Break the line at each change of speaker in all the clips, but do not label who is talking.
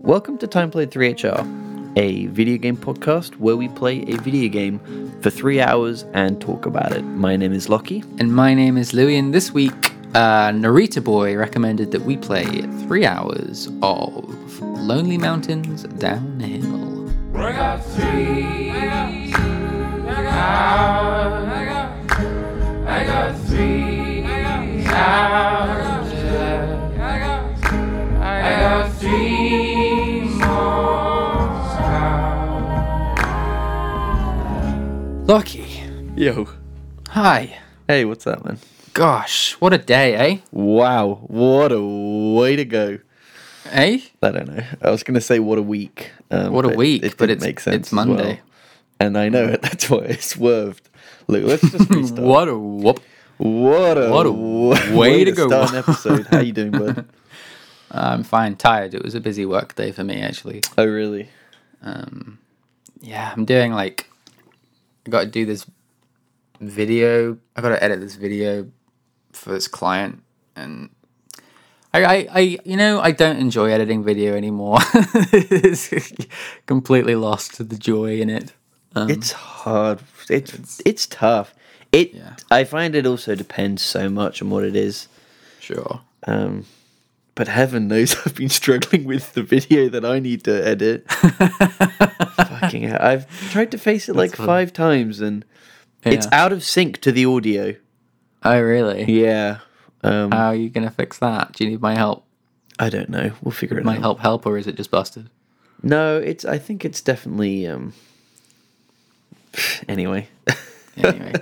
Welcome to Time Played 3HR, a video game podcast where we play a video game for three hours and talk about it. My name is Lockie.
And my name is Louie, and this week, uh, Narita Boy recommended that we play three hours of Lonely Mountains Downhill. Lucky.
Yo.
Hi.
Hey, what's that, man?
Gosh, what a day, eh?
Wow, what a way to go.
Eh?
I don't know. I was going to say what a week. Um,
What a week, but
didn't
it's- it's
as well.
Monday.
And I know it. That's why I swerved. Look, let's just restart.
What a whoop.
What a,
What a
w-
way to go.
start an episode. How you doing, bud?
I'm fine, tired. It was a busy work day for me, actually.
oh, really?
Yeah, I'm doing like, I got to do this video. I got to edit this video for this client, and I, I, I, you know, I don't enjoy editing video anymore. it's completely lost to the joy in it. Um,
it's hard. It's it's, tough. It
Yeah.
I find it also depends so much on what it is.
Sure.
Um, but heaven knows I've been struggling with the video that I need to edit. Fucking hell. I've tried to face it like five times and it's
Yeah.
out of sync to the audio.
Oh, really?
Yeah. Um,
How are you gonna fix that? Do you need my help?
I don't know. We'll figure it
My
out.
help, help, or is it just busted?
No, it's I think it's definitely um anyway.
Anyway,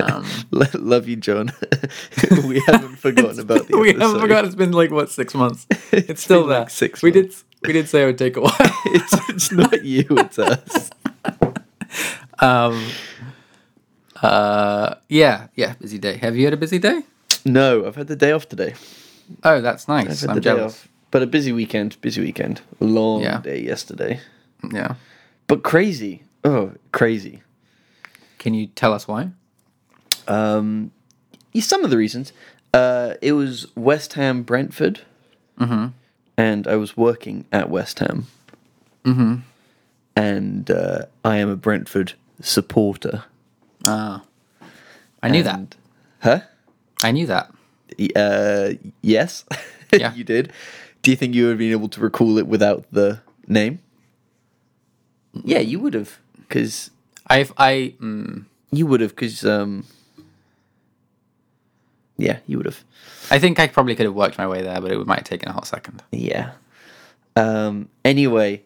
um,
Lo- Love you, John. we haven't forgotten about the
we
episode.
haven't forgotten. It's been like what six months. It's, still
been, like,
there.
six
we did. We did say it would take a while.
it's, it's not you, it's us.
Um, uh, yeah, yeah, busy day. Have you had a busy day?
No, I've had the day off today.
Oh, that's nice.
I've had
I'm
the day
jealous.
off. But a busy weekend, busy weekend. Long
Yeah.
day yesterday.
Yeah.
But crazy. Oh, crazy.
Can you tell us why?
Um, yeah, some of the reasons. Uh, it was West Ham Brentford, Mm-hmm. and I was working at West Ham, mm-hmm. and uh, I am a Brentford supporter.
I knew
and- Huh?
that. I knew that.
Y- Uh, yes.
Yeah.
you did. Do you think you would have been able to recall it without the name? Yeah, you would have, because
I've I mm,
you would have, because um, yeah, you would have.
I think I probably could have worked my way there, but it might have taken a hot second.
Yeah. Um, anyway,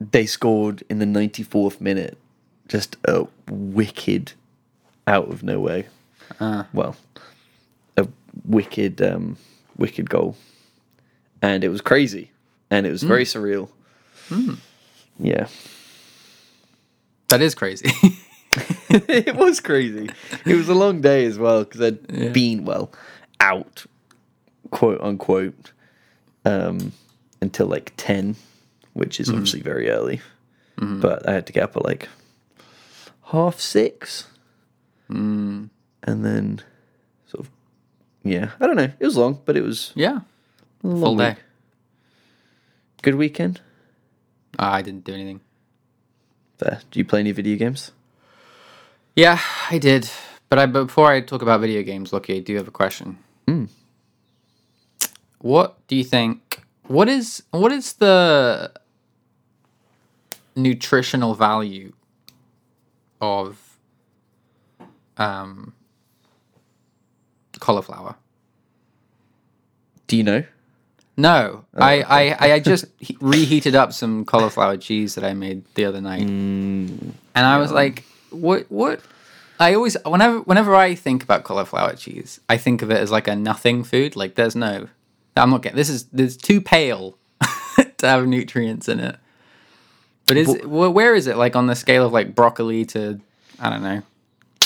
they scored in the 94th minute. Just a wicked out of nowhere. Well, a wicked, um, wicked goal. And it was crazy. And it was very surreal. Yeah.
That is crazy.
it was crazy. It was a long day as well because I'd been well out, quote unquote, um, until like ten, which is obviously very early. But I had to get up at like half six, and then sort of yeah. I don't know. It was long, but it was
yeah,
a long
full day.
week. Good weekend.
Ah, I didn't do anything.
Fair. Do you play any video games?
Yeah, I did. But I, before I talk about video games, Lucky, I do have a question. What do you think? What is what is the nutritional value of um, cauliflower?
Do you know?
No, I, I, I, I just he- reheated up some cauliflower cheese that I made the other night, and I was like, "What? What?" I always whenever whenever I think about cauliflower cheese, I think of it as like a nothing food. Like there's no, I'm not getting this is there's too pale to have nutrients in it. But is wh- where is it like on the scale of like broccoli to I don't know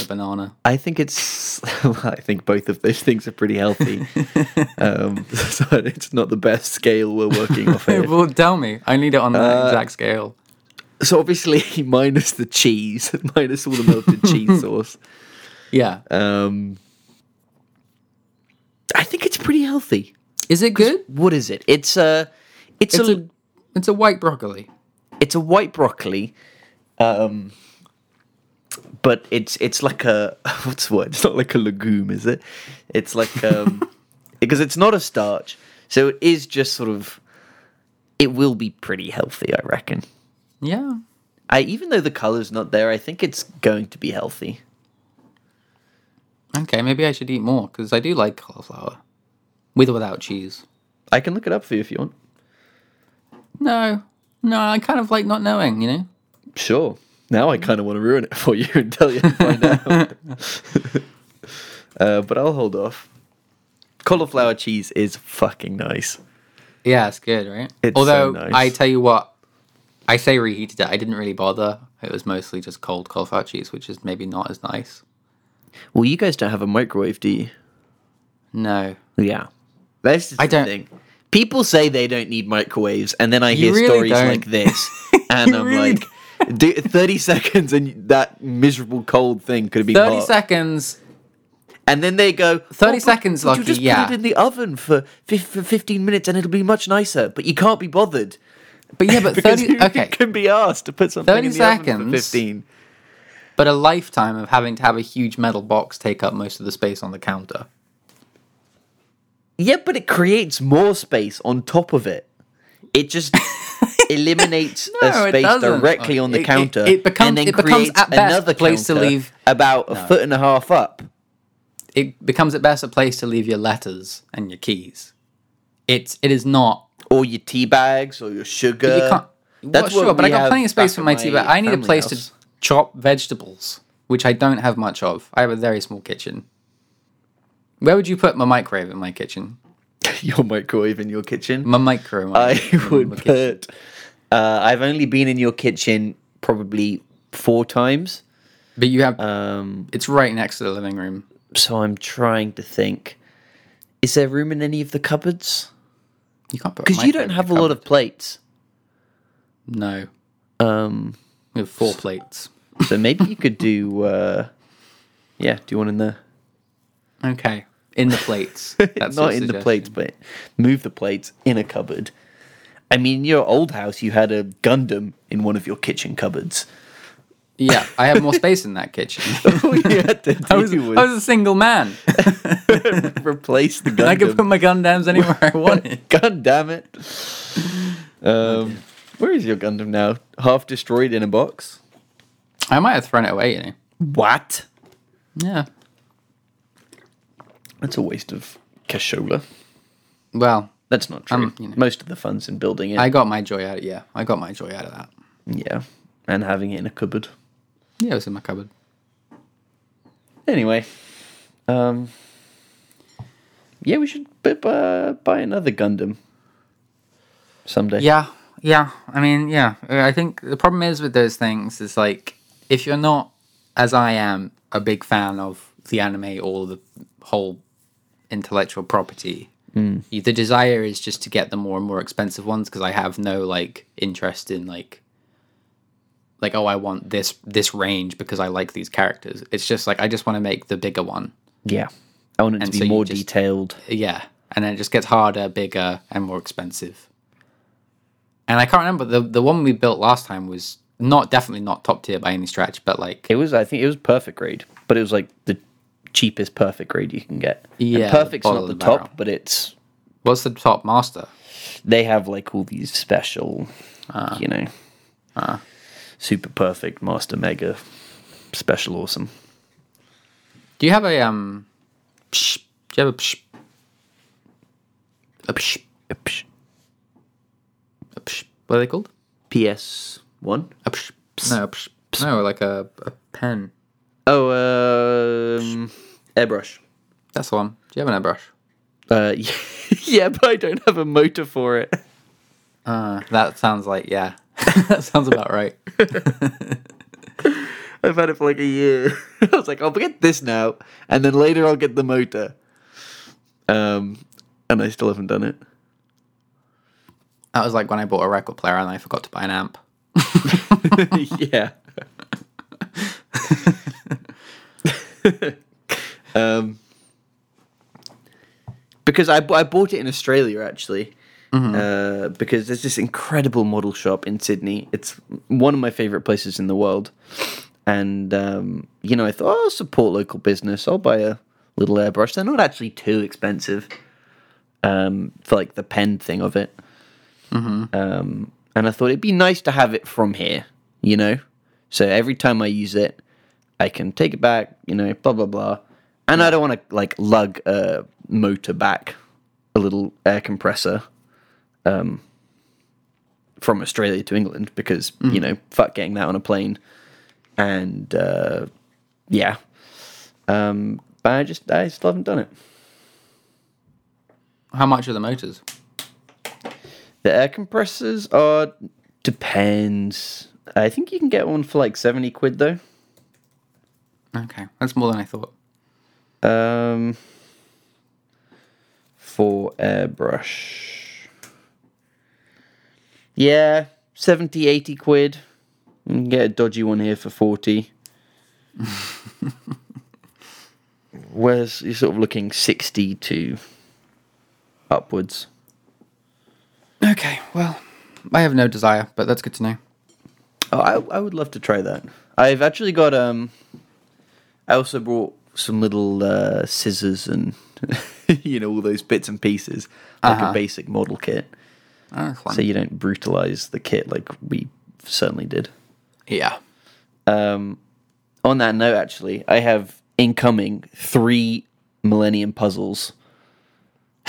a banana?
I think it's. I think both of those things are pretty healthy. um, so it's not the best scale we're working off here.
well, tell me, I need it on that exact scale.
so obviously, minus the cheese, minus all the melted cheese sauce.
Yeah,
Um, I think it's pretty healthy.
is it good?
What is it? It's uh, It's,
It's
a,
a it's a white broccoli.
it's a white broccoli, um, but it's it's like a what's the word? It's not like a legume, is it? It's like um, because it's not a starch, so it is just sort of. It will be pretty healthy, I reckon.
Yeah.
I even though the color's not there, I think it's going to be healthy.
Okay, maybe I should eat more because I do like cauliflower, with or without cheese.
I can look it up for you if you want.
No, no, I kind of like not knowing. You know.
Sure. Now I kind of want to ruin it for you and tell you to find out. uh, but I'll hold off. Cauliflower cheese is fucking nice.
Yeah, it's good, right?
It's so
Although
nice.
I tell you what, I say reheated it. I didn't really bother. It was mostly just cold cauliflower cheese, which is maybe not as nice.
Well, you guys don't have a microwave, do you?
No,
Yeah. That's just
I
the
don't-
thing. People say they don't need microwaves, and then I hear
really
stories
don't.
like this, and
You
I'm
really
like, "Dude, 30 seconds and that miserable cold thing could have been
thirty
hot.
seconds.
And then they go, "Oh,
30
but-
seconds,
but
Lucky,
You just
yeah."
put it in the oven for, fif- for 15 minutes and it'll be much nicer, but you can't be bothered.
But yeah, but
because
thirty.
who
Okay,
can be asked to put something
30
in the oven for
seconds.
15.
but a lifetime of having to have a huge metal box take up most of the space on the counter.
Yeah, but it creates more space on top of it. It just eliminates
No,
a
it
space
doesn't.
directly on the
It- it-
counter.
it becomes-
and then
it becomes
creates
at best
another
a place to
counter
leave-
about a foot and a half up.
It becomes at best a place to leave your letters and your keys. It's it is not
Or your tea bags or your sugar.
But you can't.
That's
well,
what
sure, but I
we
got
have
plenty of space
back
for
at
my tea bag. I need a
family
place
house.
to chop vegetables, which I don't have much of. I have a very small kitchen. Where would you put my microwave in my kitchen?
your microwave in your kitchen.
My micro.
I would put. Uh, I've only been in your kitchen probably four times.
But you have.
Um,
it's right next to the living room.
so I'm trying to think. Is there room in any of the cupboards?
You can't put.
Because you don't have a lot of plates.
No,
Um,
we have four plates.
so maybe you could do. Uh, yeah, do one in there.
Okay, in the plates. That's
Not
your
in the
suggestion.
plates, but move the plates in a cupboard. I mean, in your old house, you had a Gundam in one of your kitchen cupboards.
Yeah, I have more space in that kitchen.
All you had to do
I was, I
was,
was a single man.
replace the Gundam.
I could put my Gundams anywhere I wanted.
God damn it. Um, where is your Gundam now? Half destroyed in a box?
I might have thrown it away, you know.
What?
Yeah.
That's a waste of cashola.
Well,
That's not true.
Um, you know.
Most of the fun's in building it.
I got my joy out. Of, yeah, I got my joy out of that.
yeah. And having it in a cupboard.
Yeah, it was in my cupboard.
Anyway. Um, yeah, we should bu- bu- buy another Gundam someday.
Yeah, yeah. I mean, yeah. Uh, I think the problem is with those things is like if you're not, as I am, a big fan of the anime or the whole intellectual property, you, the desire is just to get the more and more expensive ones because I have no like interest in like. Like oh, I want this this range because I like these characters. It's just like I just want to make the bigger one.
Yeah. I want it to
And
be
so you
more
just-
detailed.
Yeah, and then it just gets harder, bigger, and more expensive. And I can't remember the the one we built last time was not definitely not top tier by any stretch, but like
It was, I think, it was perfect grade, but it was like the cheapest perfect grade you can get. And
Yeah, the
perfect's not
bottom of
the
the barrel.
top, but it's
what's the top master?
they have like all these special,
Ah.
you know, super perfect, master mega, special awesome.
Do you have a um? Psh, do you have a psh? A psh, a psh. What are they called?
PS one.
A psh. No, a psh. No, like a, a pen.
Oh, um, airbrush.
That's the one. Do you have an airbrush?
Uh, yeah, but I don't have a motor for it.
Uh, that sounds like yeah. that sounds about right.
I've had it for like a year. I was like, I'll get this now, and then later I'll get the motor. Um, and I still haven't done it.
That was like when I bought a record player and I forgot to buy an amp.
yeah. um, because I, bu- I bought it in Australia actually, uh, because there's this incredible model shop in Sydney. It's one of my favorite places in the world. And, um, you know, I thought, oh, I'll support local business. I'll buy a little airbrush. They're not actually too expensive um, for like the pen thing of it. Um, and I thought it'd be nice to have it from here, you know? So every time I use it, I can take it back, you know, blah, blah, blah. And I don't want to like lug a motor back, a little air compressor um, from Australia to England because you know fuck getting that on a plane, and uh, yeah, um, but I just I still haven't done it.
How much are the motors?
The air compressors are depends. I think you can get one for like seventy quid though.
Okay, that's more than I thought.
Um, for airbrush. Yeah, 70, 80 quid. You can get a dodgy one here for 40. Where's you're sort of looking 60 to upwards.
Okay, well, I have no desire, but that's good to know.
Oh, I, I would love to try that. I've actually got um. I also brought some little uh, scissors and you know all those bits and pieces, like
Uh-huh.
a basic model kit,
Oh, fine.
so you don't brutalize the kit like we certainly did.
Yeah.
Um, on that note, actually, I have incoming three Millennium puzzles.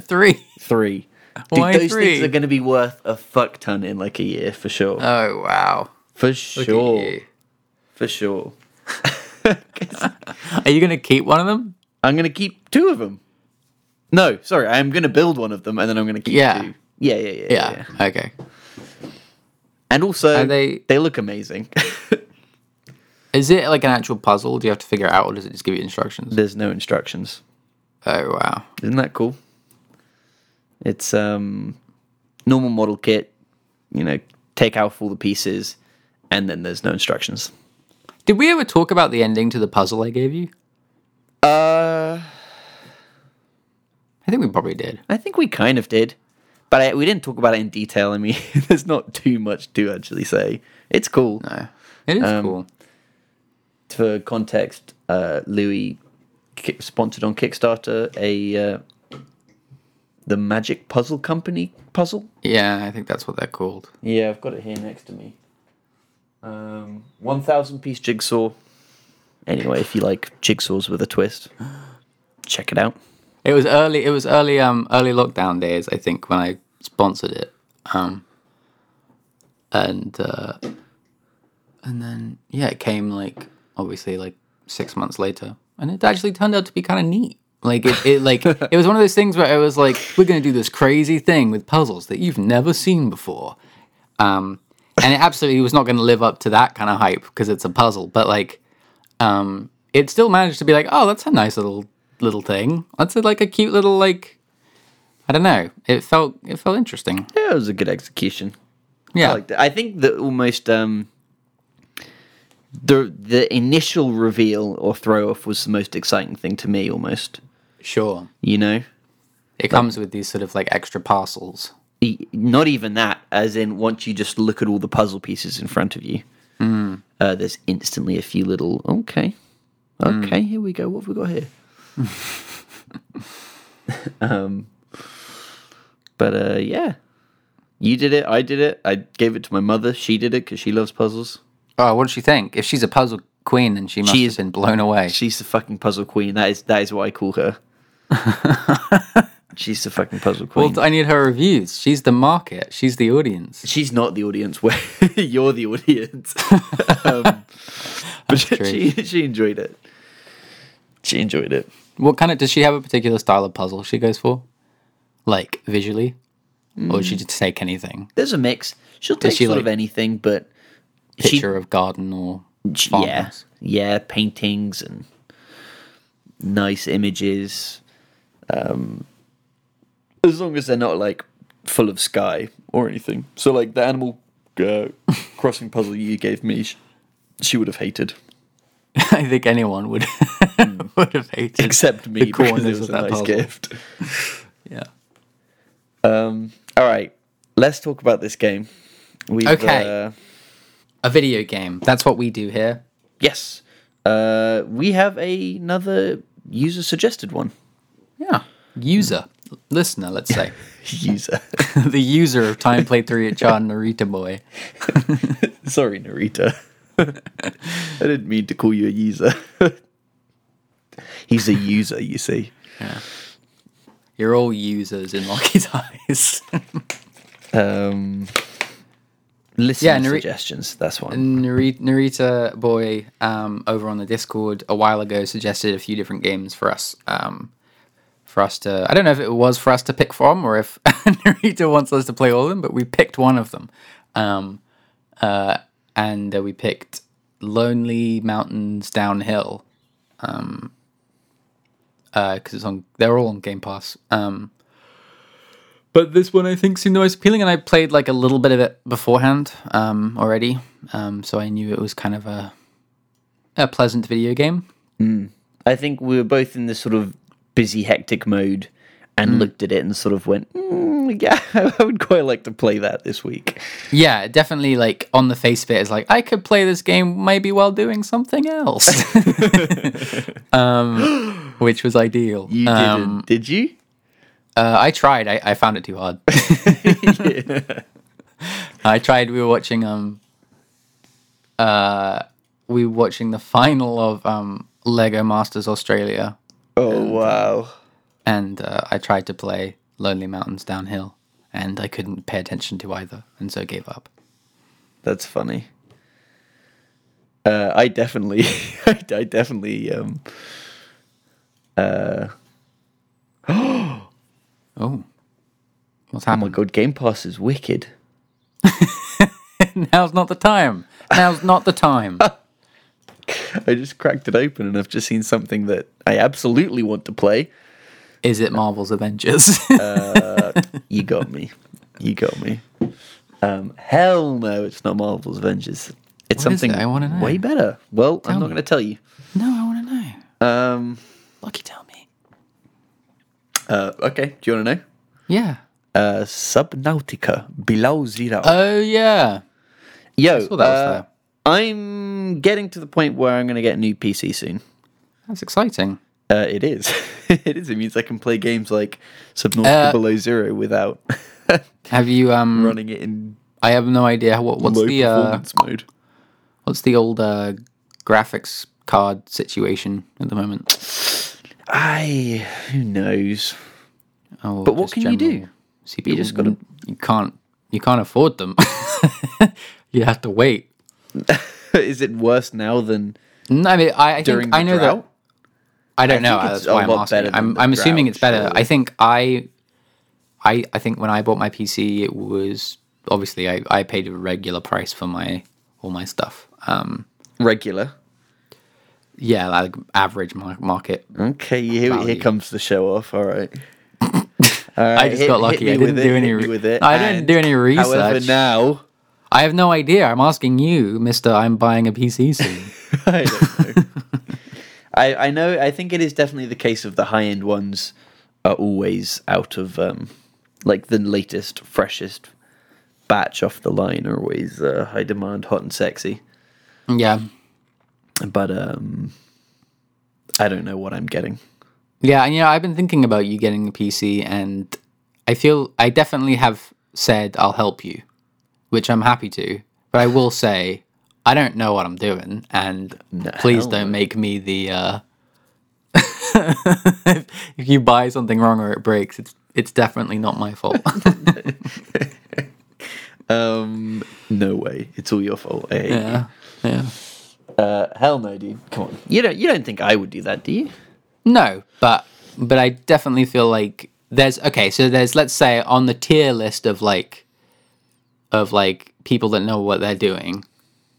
Three.
Three.
Why
Dude, those
three?
things are going to be worth a fuck ton in like a year for sure.
Oh, wow.
for
Look at
sure.
you.
For sure.
Are you going to keep one of them?
I'm gonna keep two of them. No, sorry, I'm gonna build one of them and then I'm gonna keep
Yeah.
two. Yeah, yeah, yeah, yeah. yeah.
Okay.
And also,
Are they-
they look amazing.
Is it like an actual puzzle? Do you have to figure it out, or does it just give you instructions?
There's no instructions.
Oh, wow.
Isn't that cool? It's um normal model kit. You know, take out all the pieces, and then there's no instructions.
Did we ever talk about the ending to the puzzle I gave you?
Uh,
I think we probably did.
I think we kind of did, but I, we didn't talk about it in detail. I mean, there's not too much to actually say. It's cool.
No. It is
Um,
cool.
for context, uh, Louis ki- sponsored on Kickstarter a uh, the Magic Puzzle Company puzzle.
Yeah, I think that's what they're called.
Yeah, I've got it here next to me. Um, one thousand piece jigsaw. Anyway, if you like jigsaws with a twist, check it out.
It was early. It was early. Um, early lockdown days. I think when I sponsored it. Um, and uh, and then yeah, it came like obviously like six months later, and it actually turned out to be kind of neat. Like it, it like it was one of those things where I was like, we're gonna do this crazy thing with puzzles that you've never seen before. Um, and it absolutely was not going to live up to that kind of hype because it's a puzzle. But like, um, it still managed to be like, oh, that's a nice little little thing. That's a, like a cute little like, I don't know. It felt it felt interesting.
Yeah, it was a good execution.
Yeah,
I liked it. I think that almost um, the the initial reveal or throw off was the most exciting thing to me. Almost,
sure.
you know.
It comes with these sort of like extra parcels.
E- not even that as in once you just look at all the puzzle pieces in front of you uh, there's instantly a few little okay okay here we go what have we got here um, but uh, yeah you did it i did it i gave it to my mother she did it because she loves puzzles
Oh, what does she think? If she's a puzzle queen, and she must
She
have
is-
been blown away.
she's the fucking puzzle queen that is that is what i call her she's the fucking puzzle queen
well, I need her reviews. She's the market. She's the audience.
she's not the audience where you're the audience um, but
true.
she, she enjoyed it she enjoyed it
What kind of does she have a particular style of puzzle she goes for? Like visually, or does she just take anything?
there's a mix she'll take
she
sort of
like-
anything but she,
Picture of garden or
she-
farmhouse.
yeah yeah paintings and nice images um as long as they're not like full of sky or anything so like the animal uh, crossing puzzle you gave me she, she would have hated
I think anyone would would have hated
Hmm. except me
the
because it
corners
was
of
a
that
nice
puzzle.
gift
Yeah.
Um, all right, let's talk about this game. We've,
Okay.
Uh,
A video game. That's what we do here.
yes, uh, we have another user suggested one.
Yeah. User. Listener, let's say.
User,
the user of Time Play 3 at John Narita Boy.
sorry, Narita. I didn't mean to call you a user. He's a user, you see.
You're all users in Lockie's eyes.
Um, listen
Yeah, Nari-
suggestions. That's one.
Nari- Narita Boy um, over on the Discord a while ago suggested a few different games for us. Um, for us to, I don't know if it was for us to pick from or if Narita wants us to play all of them, but we picked one of them. Um, uh, and uh, we picked Lonely Mountains Downhill. because it's on they're all on Game Pass. Um, but this one I think seemed the most appealing, and I played like a little bit of it beforehand um, already, um, so I knew it was kind of a a pleasant video game.
I think we were both in this sort of busy, hectic mode and
Mm.
looked at it and sort of went, mm, yeah, I would quite like to play that this week.
Yeah, definitely. Like on the face of it, is like I could play this game maybe while doing something else, um, which was ideal.
You
Uh,
didn't, did you?
uh, I tried. I, I found it too hard. I tried. We were watching um, uh, we were watching the final of um Lego Masters Australia,
Oh,
uh,
wow.
and uh, I tried to play Lonely Mountains Downhill, and I couldn't pay attention to either, and so gave up.
That's funny. Uh, I definitely, I, I definitely, um,
Oh, what's
oh my
happened?
god, Game Pass is wicked.
Now's not the time. Now's not the time.
I just cracked it open and I've just seen something that I absolutely want to play.
Is it Marvel's Avengers?
You got me. You got me. Um, hell no, it's not Marvel's Avengers. It's
What is
something
it? I wanna know.
way better. Well, I'm not
me.
going to tell you.
no, I want to know.
Um,
Lucky, tell me.
uh, okay, do you want to know?
Yeah.
Uh, Subnautica Below Zero.
Oh yeah.
Yo,
saw that was
uh,
there.
I'm getting to the point where I'm going to get a new PC soon.
That's exciting.
Uh, it is. it is. It means I can play games like Subnautica
Uh,
Below Zero without
Have you um?
running it in
I have no idea what what's
low
the uh,
performance mode.
what's the old uh, graphics card situation at the moment.
I. Who knows?
Oh,
But what can you do?
CPU, you
just gotta-
you can't you can't afford them. you have to wait.
is it worse now than
No, I mean I, I
during
think I know
drought?
that I don't
I
know.
think it's
That's
a
why I'm
lot
asking.
better
you.
than
I'm,
the
I'm assuming
drought,
it's better.
surely.
I think I, I, I think when I bought my PC, it was obviously I, I paid a regular price for my all my stuff. Um,
regular.
yeah, like average mar- market.
Okay, here, here
Value.
comes the show off. All right.
I just got lucky. I didn't do any.
Hit me
Re-
with it.
I didn't
and
do any research.
However, now
I have no idea. I'm asking you, Mister. I'm buying a PC soon.
I don't know. I, I know. I think it is definitely the case of the high end ones are always out of um, like the latest, freshest batch off the line are always uh, high demand, hot and sexy.
yeah,
But um, I don't know what I'm getting.
yeah. And you know, I've been thinking about you getting a PC, and I feel I definitely have said I'll help you, which I'm happy to. But I will say I don't know what I'm doing, and please
hell
don't make me the. Uh, if you buy something wrong or it breaks, it's it's definitely not my fault.
Um, no way. It's all your fault. I hate you.
yeah, yeah.
Uh, hell no, dude. Come on. You don't. You don't think I would do that, do you?
No, but but I definitely feel like there's okay, so there's let's say on the tier list of like of like people that know what they're doing,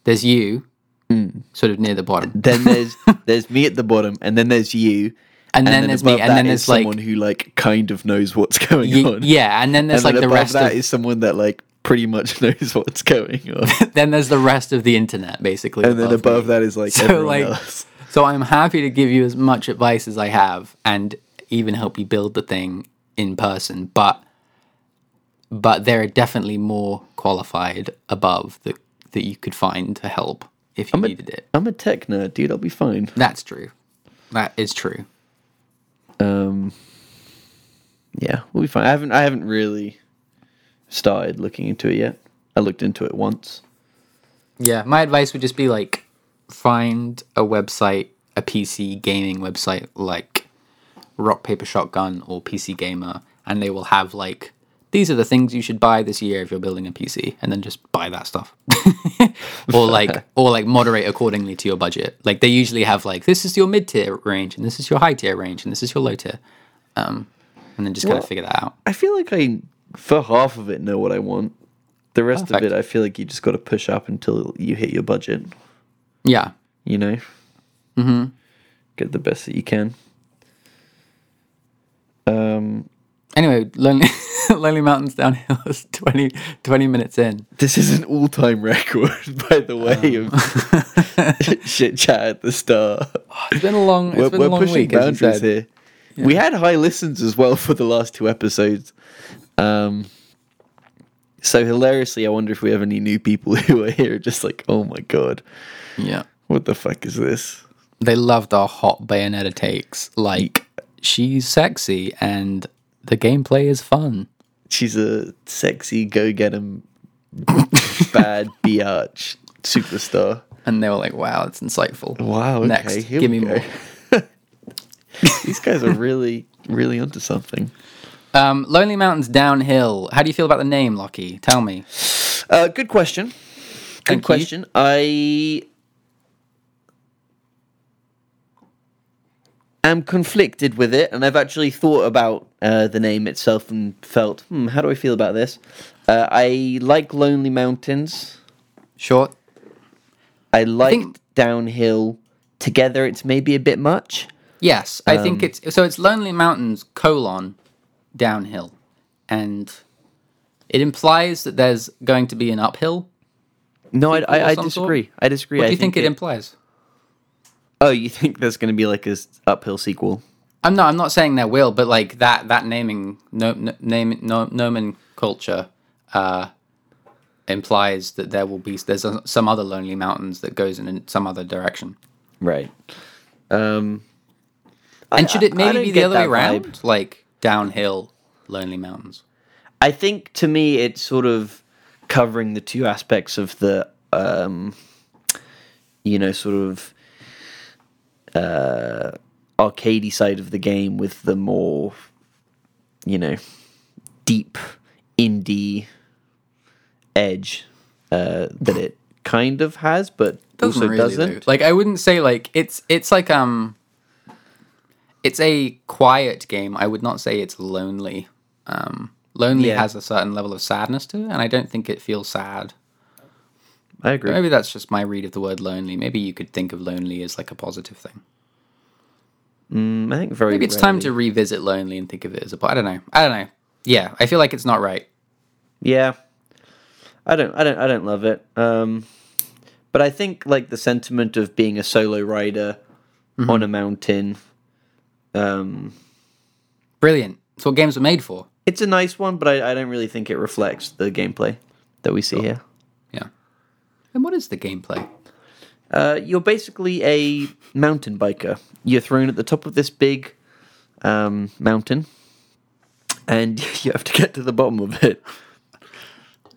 there's you
Hmm.
sort of near the bottom.
Then there's there's me at the bottom, and then there's you,
And, then, there's me
above
and
that
then
is
there's like
someone who like kind of knows what's going
y-
on.
yeah, and then there's
and like
like
then
the
above
rest
that
of
is someone that like pretty much knows what's going on,
then there's the rest of the internet basically.
and then above
me.
that is like
so
everyone
like
else.
so I'm happy to give you as much advice as I have and even help you build the thing in person, but but there are definitely more qualified above that that you could find to help if you
I'm a-
needed it.
I'm a tech nerd, dude. I'll be fine.
That's true. That is true.
Um, yeah, we'll be fine. I haven't I haven't really started looking into it yet. I looked into it once.
Yeah, my advice would just be like find a website, a PC gaming website like Rock Paper Shotgun or PC Gamer, and they will have like these are the things you should buy this year if you're building a PC, and then just buy that stuff, or like or like moderate accordingly to your budget. Like they usually have like this is your mid tier range, and this is your high tier range, and this is your low tier, um, and then just kind
Well,
of figure that out.
I feel like I for half of it know what I want. The rest of
Perfect.
it, I feel like you just got to push up until you hit your budget.
Yeah,
You know, mm-hmm. get the best that you can. Um,
Anyway, Lonely, Lonely Mountains Downhill is 20, 20 minutes in.
this is an all-time record, by the way, of shit chat at the start.
It's been a long, Um. it's
we're,
been
we're
a long
pushing
week, as you
boundaries
said.
here. We had high listens as well for the last two episodes. Um, so hilariously, I wonder if we have any new people who are here. Just like, oh my god,
Yeah.
what the fuck is this?
They loved our hot Bayonetta takes. Like, she's sexy and the gameplay is fun.
She's a sexy go get 'em bad biatch superstar.
And they were like, wow, that's insightful.
Wow. Okay,
Next,
here
give
we
me
go.
more.
These guys are really, really onto something.
Um, Lonely Mountains Downhill. How do you feel about the name, Lockie? Tell me.
Uh, good question. Good
Thank you.
question. I am conflicted with it, and I've actually thought about uh, the name itself and felt, hmm, how do I feel about this? Uh, I like Lonely Mountains.
Short?
I like
think-
Downhill. Together, it's maybe a bit much.
Yes, I think
Um,
it's so. It's Lonely Mountains colon downhill, and it implies that there's going to be an uphill.
No, I, I,
or
I
some sort?
disagree. I disagree.
What
I
do you think, it, implies?
oh, you think there's going to be like a s- uphill sequel?
I'm not. I'm not saying there will, but like that that naming no, no, name no, nomenclature uh, implies that there will be there's a, some other Lonely Mountains that goes in some other direction.
Right. Um,
And should it
I- I
maybe
don't
be the
get
other way
that vibe.
around, like downhill Lonely Mountains?
I think to me it's sort of covering the two aspects of the um you know sort of uh arcadey side of the game with the more you know deep indie edge uh that it kind of has but
doesn't
also
really,
doesn't
though. Like I wouldn't say like it's it's like um it's a quiet game. I would not say it's lonely. Um lonely
Yeah.
has a certain level of sadness to it and I don't think it feels sad.
I agree
Maybe that's just my read of the word lonely. Maybe you could think of lonely as like a positive thing.
Mm, I think very
Maybe it's time
rarely-
to revisit lonely and think of it as a po- I don't know. I don't know. Yeah, I feel like it's not right.
Yeah. I don't I don't I don't love it. Um but I think like the sentiment of being a solo rider on a mountain um
Brilliant. It's what games were made for.
it's a nice one, but I, I don't really think it reflects the gameplay that we see here.
Yeah. And what is the gameplay?
Uh, you're basically a mountain biker. You're thrown at the top of this big um, mountain, and you have to get to the bottom of it.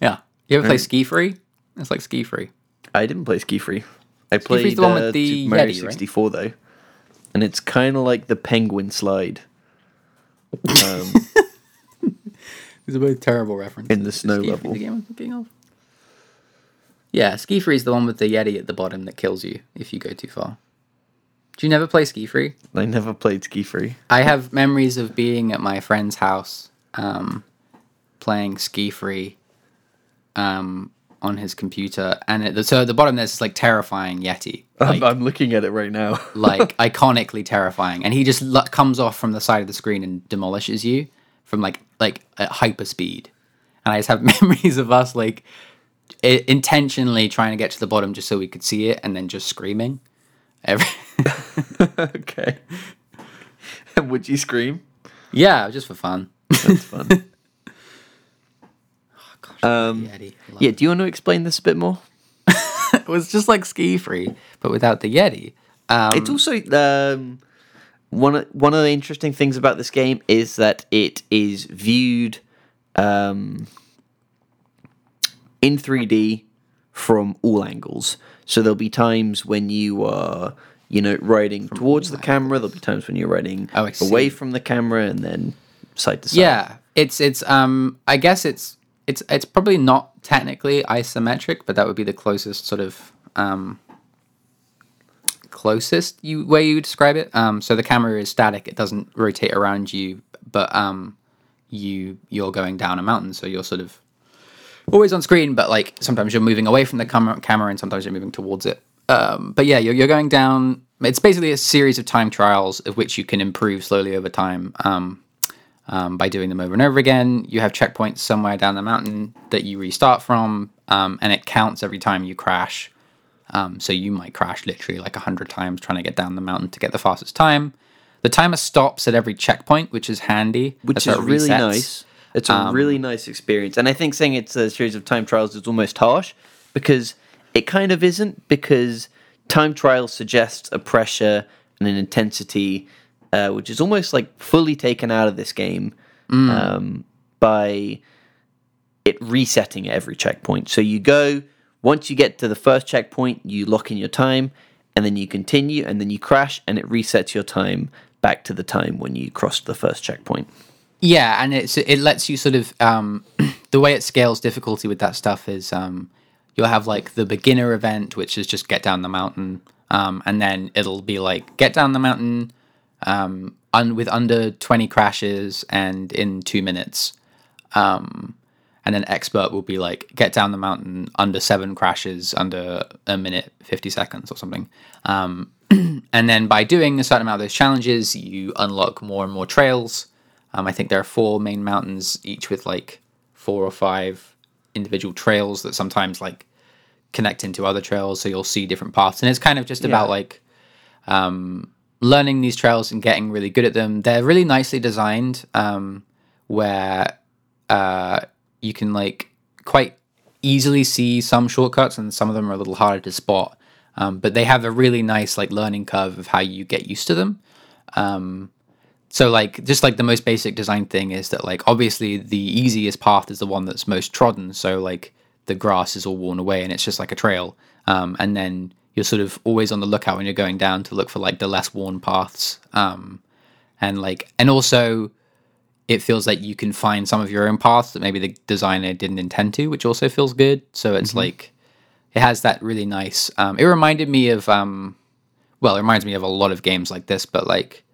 Yeah. You ever play Ski Free? It's like Ski Free.
I didn't play Ski Free. I
Free's
played
the one with
uh,
the
Super Mario
Yeti, right?
64 though, and it's kind of like the Penguin Slide Um,
These are both terrible references.
In the snow
Ski Free
level.
the game I'm thinking of. Yeah, Ski Free is the one with the Yeti at the bottom that kills you if you go too far. Do you never play Ski Free?
I never played Ski Free.
I have memories of being at my friend's house, um, playing Ski Free, um, on his computer, and at the, so at the bottom there's this like terrifying Yeti,
I'm, I'm looking at it right now.
like iconically terrifying, and he just lo- comes off from the side of the screen and demolishes you from like like at hyper speed, and I just have memories of us like i intentionally trying to get to the bottom just so we could see it, and then just screaming. Every-
okay. Would you scream?
yeah, just for fun.
That's fun. Um,
Yeti. Love
yeah, do you want to explain this a bit more?
It was just like ski free, but without the Yeti. Um,
It's also um, one of, one of the interesting things about this game is that it is viewed um, in 3D from all angles. So there'll be times when you are, you know, riding towards the camera. There'll be times when you're riding
Oh, I see.
away from the camera, and then side to side.
yeah, it's it's um. I guess it's it's it's probably not technically isometric, but that would be the closest sort of um closest you way you would describe it. Um, so the camera is static; it doesn't rotate around you, but um, you you're going down a mountain, so you're sort of always on screen, but like sometimes you're moving away from the cam- camera and sometimes you're moving towards it. Um, but yeah, you're, you're going down. It's basically a series of time trials of which you can improve slowly over time um, um, by doing them over and over again. You have checkpoints somewhere down the mountain that you restart from, um, and it counts every time you crash. Um, so you might crash literally like 100 times trying to get down the mountain to get the fastest time. The timer stops at every checkpoint, which is handy.
which
That's how
is
it
really
resets.
nice. It's a really nice experience, and I think saying it's a series of time trials is almost harsh because it kind of isn't. Because time trials suggests a pressure and an intensity, uh, which is almost like fully taken out of this game um, by it resetting at every checkpoint. So you go, once you get to the first checkpoint, you lock in your time, and then you continue, and then you crash, and it resets your time back to the time when you crossed the first checkpoint.
Yeah, and it's it lets you sort of um, the way it scales difficulty with that stuff is um, you'll have like the beginner event, which is just get down the mountain, um, and then it'll be like get down the mountain um, un- with under twenty crashes and in two minutes, um, and then expert will be like get down the mountain under seven crashes under a minute fifty seconds or something. Um, and then by doing a certain amount of those challenges, you unlock more and more trails. Um, I think there are four main mountains, each with like four or five individual trails that sometimes like connect into other trails. So you'll see different paths, and it's kind of just about like um, learning these trails and getting really good at them. They're really nicely designed, um, where uh, you can like quite easily see some shortcuts, and some of them are a little harder to spot. Um, but they have a really nice like learning curve of how you get used to them. So like just like the most basic design thing is that like obviously the easiest path is the one that's most trodden. So like the grass is all worn away and it's just like a trail. Um, and then you're sort of always on the lookout when you're going down to look for like the less worn paths. Um, and like and also it feels like you can find some of your own paths that maybe the designer didn't intend to, which also feels good. So it's like it has that really nice. Um, it reminded me of um, well, it reminds me of a lot of games like this, but like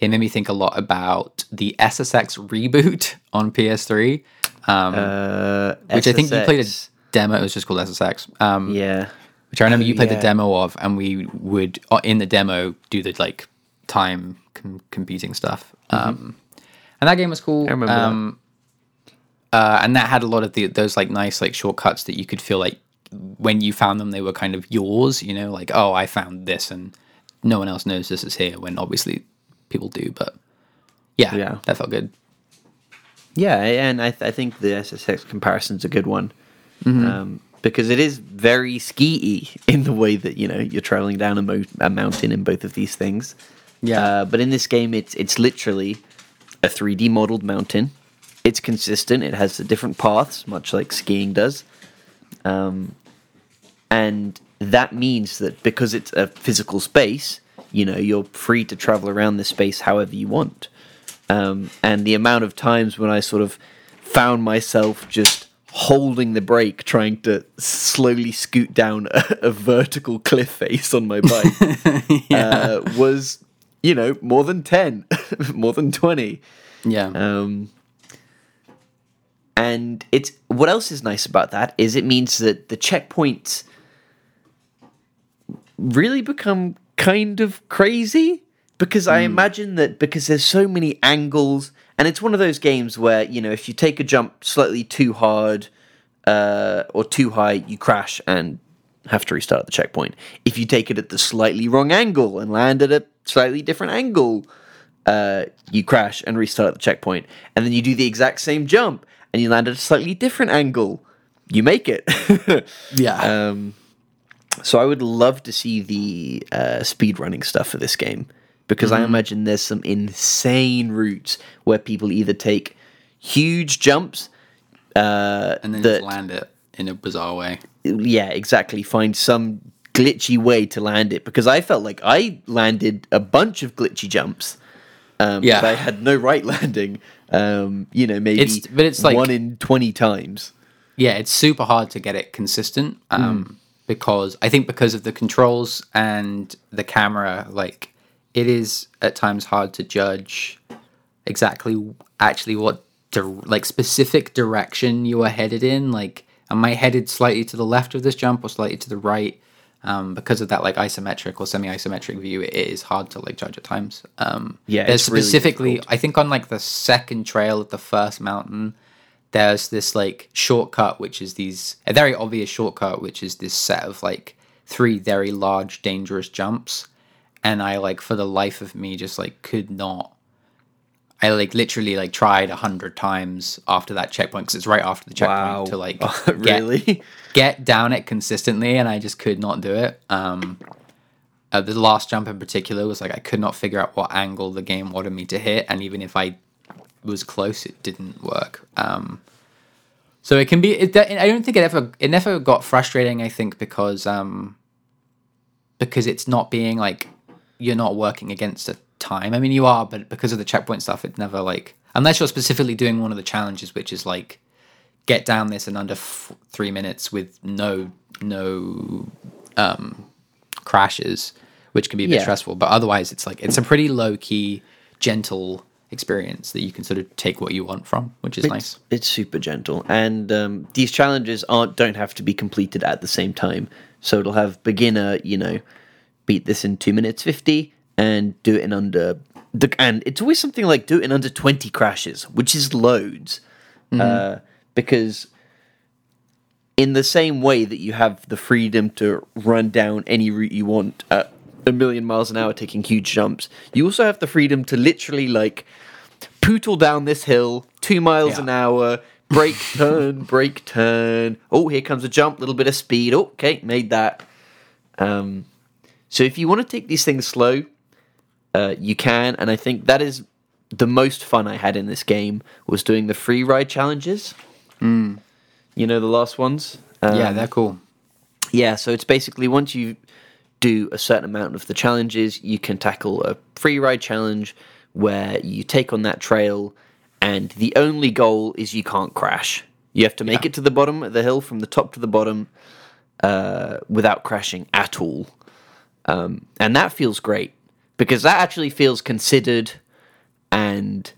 it made me think a lot about the SSX reboot on PS3, um,
Uh,
which I think you played a
SSX.
demo. It was just called SSX, um,
Yeah.
which I remember you played
yeah.
the demo of, and we would uh, in the demo do the like time com- competing stuff. Um, and that game was cool. I
Mm-hmm. remember that.
um, Uh, and that had a lot of the those like nice like shortcuts that you could feel like when you found them they were kind of yours. You know, like oh I found this and no one else knows this is here when obviously people do. But yeah,
Yeah.
that felt good.
Yeah, and I, th- I think the SSX comparison's a good one
Mm-hmm.
um, because it is very ski y in the way that you know you're traveling down a, mo- a mountain in both of these things.
Yeah.
uh, but in this game, it's it's literally a 3D modeled mountain. It's consistent. It has the different paths, much like skiing does, um, and that means that because it's a physical space, you know, you're free to travel around this space however you want um, and the amount of times when I sort of found myself just holding the brake, trying to slowly scoot down a, a vertical cliff face on my bike, uh, was you know more than ten, more than twenty.
Yeah.
Um, and it's what else is nice about that is it means that the checkpoints really become kind of crazy because I imagine that because there's so many angles and it's one of those games where you know if you take a jump slightly too hard uh, or too high you crash and have to restart at the checkpoint if you take it at the slightly wrong angle and land at a slightly different angle uh, you crash and restart at the checkpoint, and then you do the exact same jump and you land at a slightly different angle. You make it.
Yeah.
Um, so I would love to see the uh, speedrunning stuff for this game because
Mm-hmm.
I imagine there's some insane routes where people either take huge jumps, uh,
and then
that
just land it in a bizarre way.
yeah, exactly, find some glitchy way to land it because I felt like I landed a bunch of glitchy jumps. Um,
Yeah.
that I had no right landing. Um, you know, maybe
It's- but it's like-
one in twenty times.
Yeah, it's super hard to get it consistent um, because I think because of the controls and the camera, like it is at times hard to judge exactly actually what dir- like specific direction you are headed in. Like, am I headed slightly to the left of this jump or slightly to the right? Um, because of that, like isometric or semi-isometric view, it is hard to like judge at times. Um,
Yeah,
there's
it's really
specifically, I think on like the second trail at the first mountain, there's this like shortcut which is these a very obvious shortcut which is this set of like three very large dangerous jumps and i like for the life of me just like could not i like literally like tried a hundred times after that checkpoint because it's right after the checkpoint to like get-
Oh, really?
get down it consistently and I just could not do it. Um, uh, the last jump in particular was like I could not figure out what angle the game wanted me to hit, and even if I was close, it didn't work. Um, so it can be. It, that- I don't think it ever. It never got frustrating. I think because um, because it's not being like you're not working against a time. I mean, you are, but because of the checkpoint stuff, it never like unless you're specifically doing one of the challenges, which is like get down this in under f- three minutes with no no um, crashes, which can be a bit
Yeah.
stressful. But otherwise, it's like it's a pretty low key, gentle experience that you can sort of take what you want from, which is nice.
It's super gentle, and um, these challenges aren't don't have to be completed at the same time. So it'll have beginner, you know, beat this in two minutes fifty, and do it in under. the- And it's always something like do it in under twenty crashes, which is loads, uh, because in the same way that you have the freedom to run down any route you want at a million miles an hour taking huge jumps, you also have the freedom to literally like pootle down this hill two miles
Yeah.
an hour, break turn, break turn. Oh, here comes a jump, little bit of speed. Oh, okay, made that. Um, so if you want to take these things slow, uh, you can, and I think that is the most fun I had in this game was doing the free ride challenges. You know the last ones. Um,
yeah, they're cool.
yeah, so it's basically once you do a certain amount of the challenges, you can tackle a free ride challenge where you take on that trail, and the only goal is you can't crash. You have to make it to the bottom of the hill from the top to the bottom uh, without crashing at all. Um, and that feels great because that actually feels considered and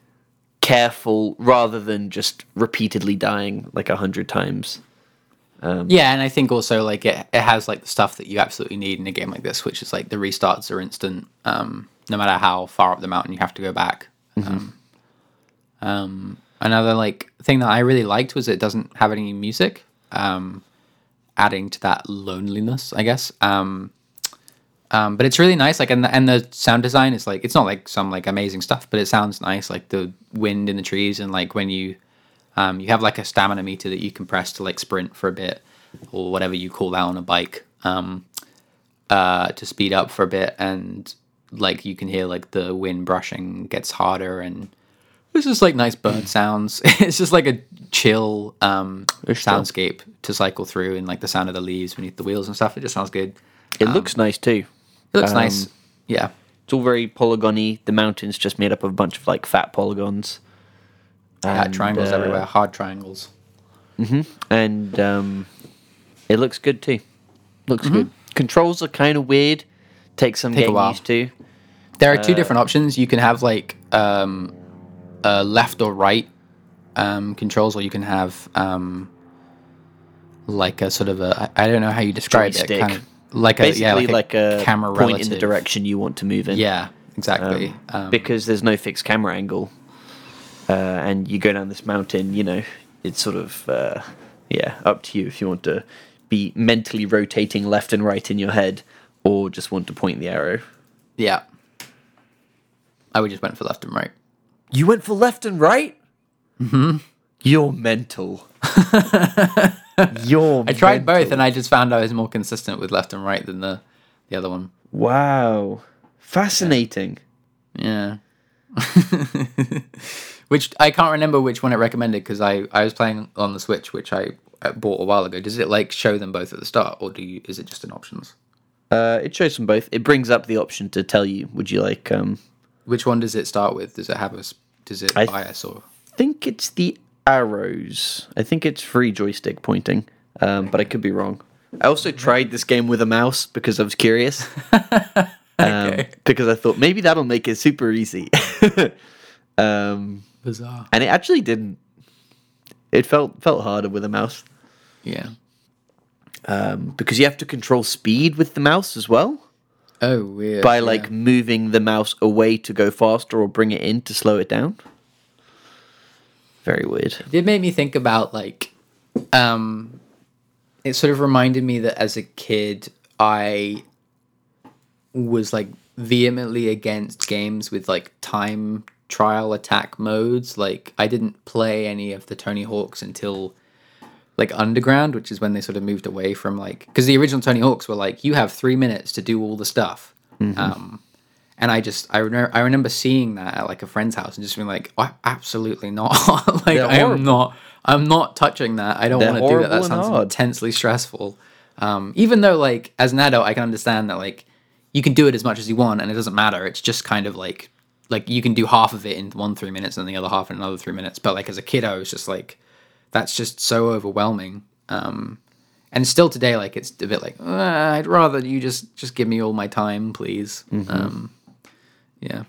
careful rather than just repeatedly dying like a hundred times.
Yeah, and I think also like it, it has like the stuff that you absolutely need in a game like this, which is like the restarts are instant. Um, no matter how far up the mountain you have to go back. Um, um, another like thing that I really liked was it doesn't have any music, um, adding to that loneliness, I guess. Um, um, but it's really nice. Like, and the, and the sound design is like it's not like some like amazing stuff, but it sounds nice. Like the wind in the trees, and like when you um, you have like a stamina meter that you can press to like sprint for a bit or whatever you call that on a bike um, uh, to speed up for a bit. And like you can hear like the wind brushing gets harder and it's just like nice bird sounds. it's just like a chill um, soundscape to cycle through and like the sound of the leaves beneath the wheels and stuff. It just sounds good.
It looks nice too.
It looks nice. Yeah.
It's all very polygony. The mountain's just made up of a bunch of like fat polygons.
Hat triangles
uh,
everywhere, hard triangles.
And um, it looks good too. Looks good. Controls are kind of weird. Take some
Mm-hmm. Take a
getting
while.
used to.
There are two
Uh,
different options. You can have like um, uh, left or right um, controls, or you can have um, like a sort of a I I don't know how you describe it, kind
Joystick.
of like a yeah,
Basically, like
like,
a,
camera
point
relative.
in the direction you want to move in.
Yeah, exactly. Um,
because there's no fixed camera angle, uh, and you go down this mountain, you know, it's sort of uh, yeah, up to you if you want to be mentally rotating left and right in your head, or just want to point the arrow.
yeah. I would just went for left and right.
You went for left and right? Mm-hmm. You're mental. You're
I tried both, and I just found I was more consistent with left and right than the the other one.
Wow. Fascinating.
Yeah. which I can't remember which one it recommended because I, I was playing on the Switch, which I uh, bought a while ago. Does it like show them both at the start, or do you, is it just in options?
Uh, it shows them both. It brings up the option to tell you, would you like um
Which one does it start with? Does it have a s- does it
I-
bias or
think it's the arrows. I think it's free joystick pointing. Um, but I could be wrong. I also tried this game with a mouse because I was curious. um, because I thought maybe that'll make it super easy. um,
bizarre?
and it actually didn't. It felt felt harder with a mouse.
Yeah.
because you have to control speed with the mouse as well
Oh weird.
by
yeah.
like moving the mouse away to go faster or bring it in to slow it down. Very weird.
it made me think about like um it sort of reminded me that as a kid i was like vehemently against games with like time trial attack modes like i didn't play any of the tony hawks until like underground which is when they sort of moved away from like because the original tony hawks were like you have three minutes to do all the stuff
Mm-hmm.
um and I just I remember I remember seeing that at like a friend's house and just being like, oh, absolutely not. like
They're
I am
horrible.
not. I'm not touching that. I don't
They're
want to do that.
horrible
That
and
sounds
hard.
intensely stressful. Um, even though like as an adult, I can understand that like you can do it as much as you want and it doesn't matter. It's just kind of like like you can do half of it in one three minutes and the other half in another three minutes. But like as a kid, I was just like, that's just so overwhelming. Um, and still today, like it's a bit like "Uh, I'd rather you just just give me all my time, please.
Mm-hmm.
Um, yeah.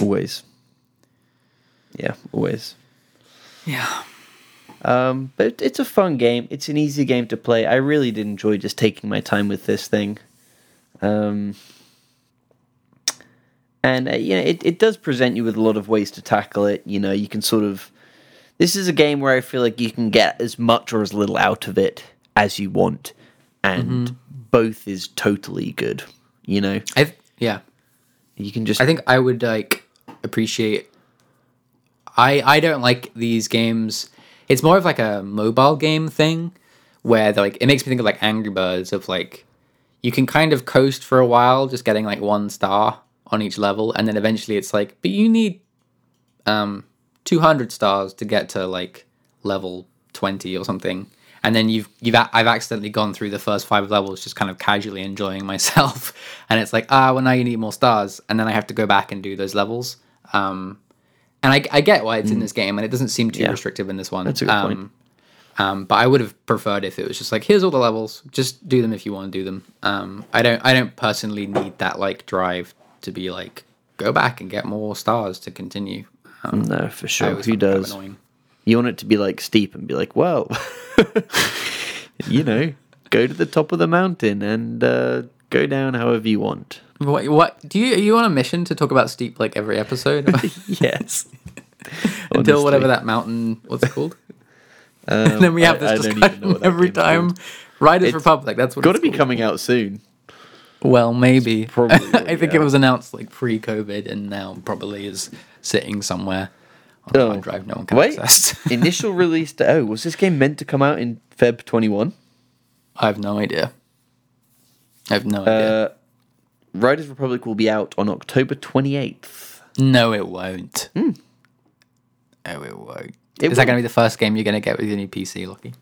Always. Yeah, always.
Yeah.
Um, but it's a fun game. It's an easy game to play. I really did enjoy just taking my time with this thing. Um, and uh, you know, it, it does present you with a lot of ways to tackle it. You know, you can sort of. This is a game where I feel like you can get as much or as little out of it as you want, and
Mm-hmm.
both is totally good. You know,
I th- yeah.
you can just
I think I would like appreciate. I I don't like these games. It's more of like a mobile game thing, where they're like it makes me think of like Angry Birds of like, you can kind of coast for a while, just getting like one star on each level, and then eventually it's like, but you need, um, two hundred stars to get to like level twenty or something. And then you've you've a- I've accidentally gone through the first five levels just kind of casually enjoying myself, and it's like ah well now you need more stars, and then I have to go back and do those levels. Um, and I, I get why it's in this game, and it doesn't seem too restrictive in this one.
Mm. That's a good point.
um, um, but I would have preferred if it was just like here's all the levels, just do them if you want to do them. Um, I don't I don't personally need that like drive to be like go back and get more stars to continue. Um,
no for
I
sure.
always
Who
find that kind of
does?
annoying.
You want it to be like steep and be like, well, you know, go to the top of the mountain and uh, go down however you want.
What, what do you are you on a mission to talk about steep like every episode
Yes.
until whatever that mountain what's it called? and then we have
Um, I- I
this
don't even know
discussion
what that
every
game's
time.
called.
Riders
It's
Republic. That's what
Got to
it's
be
called.
coming out soon.
Well, maybe.
probably what
I
we
think it
have.
was announced like pre-COVID, and now probably is sitting somewhere on a
Oh.
hard drive. No one can
Wait,
access.
initial release. To, oh, was this game meant to come out in Feb 21?
I have no idea. I have no idea.
Uh, Riders Republic will be out on October 28th.
No, it won't. No, it won't. Is
hmm. It
that going to be the first game you're going to get with your new PC, Lucky?